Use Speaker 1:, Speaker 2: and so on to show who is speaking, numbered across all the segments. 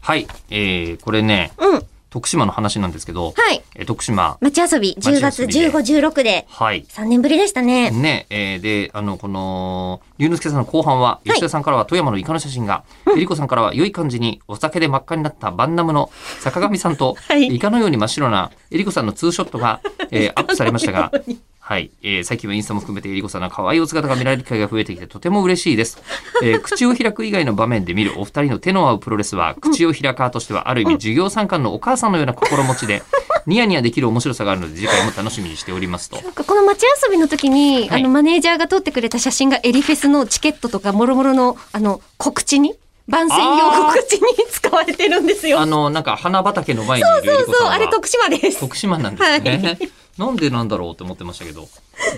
Speaker 1: はい、えー、これね、
Speaker 2: うん。は
Speaker 1: 徳島の話なんですけど、
Speaker 2: い。
Speaker 1: えー徳島、
Speaker 2: 街遊び、10月
Speaker 1: 街遊
Speaker 2: 15、
Speaker 1: び
Speaker 2: 16で、
Speaker 1: はい。
Speaker 2: 3年ぶりでしたね。
Speaker 1: ね、えーで、あの、この、龍之介さんの後半は、吉田さんからは富山のイカの写真が、えりこさんからは良い感じにお酒で真っ赤になったバンナムの坂上さん と、
Speaker 2: はい
Speaker 1: イカのように真っ白なえりこさんのツーショット が、えーアップされましたが、はい、えー最近はインスタも含めてえりこさんの可愛いお姿が見られる機会が増えてきてとても嬉しいです、え ー口を開く以外の場面で見るお二人の手の合うプロレスは、口を開かとしてはある意味授業参観のお母さんのような心持ちで、ニヤニヤできる面白さがあるので次回も楽しみにしておりますと。
Speaker 2: なんかこの街遊びの時に、
Speaker 1: はい
Speaker 2: あの、マネージャーが撮ってくれた写真がエリフェスのチケットとか、もろもろの、あの、告知に、番宣用告知に使われてるんですよ。
Speaker 1: あの、なんか花畑の前にいる
Speaker 2: そ
Speaker 1: エ
Speaker 2: う
Speaker 1: リコさ
Speaker 2: そ
Speaker 1: ん
Speaker 2: う、
Speaker 1: は
Speaker 2: あれ徳島です。
Speaker 1: 徳島なんですね。なんでなんだろうって思ってましたけど。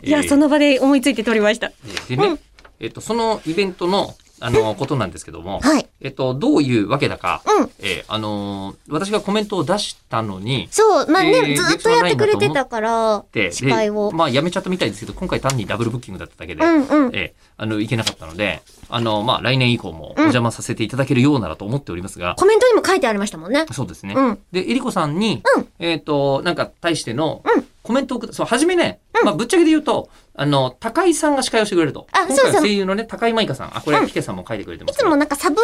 Speaker 2: いや、
Speaker 1: えー
Speaker 2: その場で思いついて撮りました。
Speaker 1: でね、
Speaker 2: うん
Speaker 1: えっと、そのイベントの、あの、ことなんですけども、
Speaker 2: はい
Speaker 1: えっと、どういうわけだか、
Speaker 2: うん
Speaker 1: えーあのー私がコメントを出したのに、
Speaker 2: そう、まあ
Speaker 1: え
Speaker 2: ね、
Speaker 1: ー
Speaker 2: ずっとやってくれてたから
Speaker 1: で、、
Speaker 2: 司会
Speaker 1: で
Speaker 2: を。
Speaker 1: まあ、やめちゃったみたいですけど、今回単にダブルブッキングだっただけで、
Speaker 2: うんうん。
Speaker 1: えーあの、いけなかったので、あの、まあ、来年以降もお邪魔させていただけるようならと思っておりますが、
Speaker 2: コメントにも書いてありましたもんね。
Speaker 1: そうですね。
Speaker 2: うん
Speaker 1: で、えりこさんに、
Speaker 2: うん
Speaker 1: えっ、と、なんか、対しての
Speaker 2: うん、
Speaker 1: コメントをくだ、そう、初めね、まあ、ぶっちゃけで言うと、あの、高井さんが司会をしてくれると。
Speaker 2: あ
Speaker 1: 今
Speaker 2: そ
Speaker 1: 回
Speaker 2: うそう
Speaker 1: 声優のね、高井舞香さん。あ、こ
Speaker 2: う
Speaker 1: れ、
Speaker 2: ん
Speaker 1: ヒケさんも書いてくれてま
Speaker 2: い
Speaker 1: す
Speaker 2: つ
Speaker 1: けど。
Speaker 2: もなんかサブ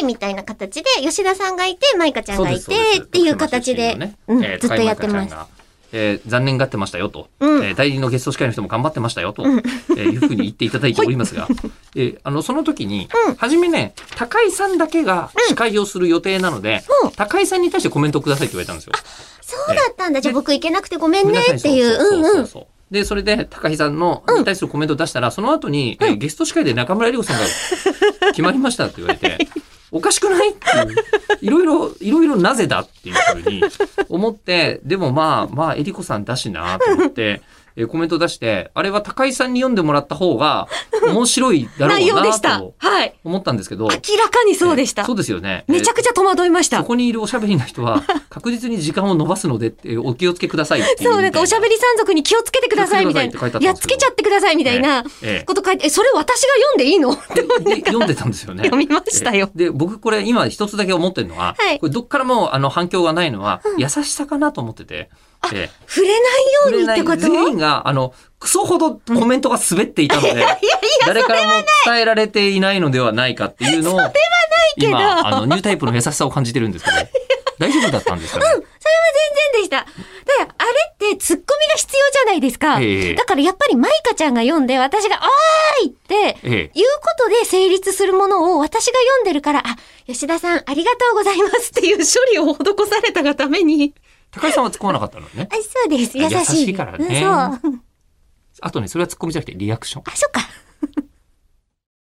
Speaker 2: MC みたいな形で、吉田さんがいて、舞香ちゃんがい
Speaker 1: そうです
Speaker 2: て、っていう形で、うん、ずっとやっ
Speaker 1: そうです
Speaker 2: てま。す。
Speaker 1: 高井舞香ちゃんがえー残念がってましたよと、
Speaker 2: うん
Speaker 1: えー代理のゲスト司会の人も頑張ってましたよと、
Speaker 2: うん
Speaker 1: えーいうふうに言っていただいておりますが、えーあのその時に、初めね高井さんだけが司会をする予定なので、
Speaker 2: うん
Speaker 1: 高井さんに対してコメントをくださいって言われたんですよ。
Speaker 2: そうだったんだ。じゃあ
Speaker 1: で
Speaker 2: 僕行けなくてごめんね
Speaker 1: 皆さんに
Speaker 2: っていう。。
Speaker 1: そううんそうそううんそうで、それで、高木さんの、に対するコメントを出したら、その後に、えーゲスト司会で中村江里子さんが決まりましたって言われ て、おかしくないっていう、いろいろ、いろいろなぜだっていうふうに思って、でもまあ、まあ、江里子さんだしなと思って、えーコメントを出して、あれは高井さんに読んでもらった方が面白いだろ
Speaker 2: 内
Speaker 1: う
Speaker 2: 容で
Speaker 1: な
Speaker 2: した
Speaker 1: と。
Speaker 2: はい。
Speaker 1: 思ったんですけど、
Speaker 2: 明らかにそうでし
Speaker 1: えー
Speaker 2: た
Speaker 1: そ。うですよね。
Speaker 2: めちゃくちゃ戸惑いまし
Speaker 1: えー
Speaker 2: た
Speaker 1: そ。こにいるおしゃべりな人は、確実に時間を延ばすのでって、えーお気をつけくださいっていう
Speaker 2: そう、なんかおしゃべり山賊に気をつけてくださいみたい
Speaker 1: 気をつけてくださいって書いてあったんですけど
Speaker 2: な。やっつけちゃってくださいみたいな
Speaker 1: ええ
Speaker 2: こと書いて、え、それ私が読んでいいの
Speaker 1: で 読んでたんですよね。
Speaker 2: 読みましたよ
Speaker 1: で、僕これ今一つだけ思ってるのは、
Speaker 2: はい
Speaker 1: これどっからもあの反響がないのは、優しさかなと思ってて、ええ
Speaker 2: 触れないようにってこ
Speaker 1: 触れない全員
Speaker 2: と
Speaker 1: が、あの、クソほどコメントが滑っていたの で、誰からも伝えられていないのではないかっていうのを、
Speaker 2: けど
Speaker 1: 今、あの、ニュータイプの優しさを感じてるんですけど、大丈夫だったんですかね、
Speaker 2: 全然でした。だから、あれってツッコミが必要じゃないですか。
Speaker 1: ええ
Speaker 2: だからやっぱりマイカちゃんが読んで、私が、おーいって、
Speaker 1: ええ
Speaker 2: いうことで成立するものを私が読んでるから、あ、吉田さんありがとうございますっていう処理を施されたがために。
Speaker 1: 高井さんは突っ込まなかったのね
Speaker 2: あ。そうです。優しい。
Speaker 1: 優しいからね
Speaker 2: うんそう。
Speaker 1: あとね、それは突っ込みじゃなくてリアクション。
Speaker 2: あ、そっか。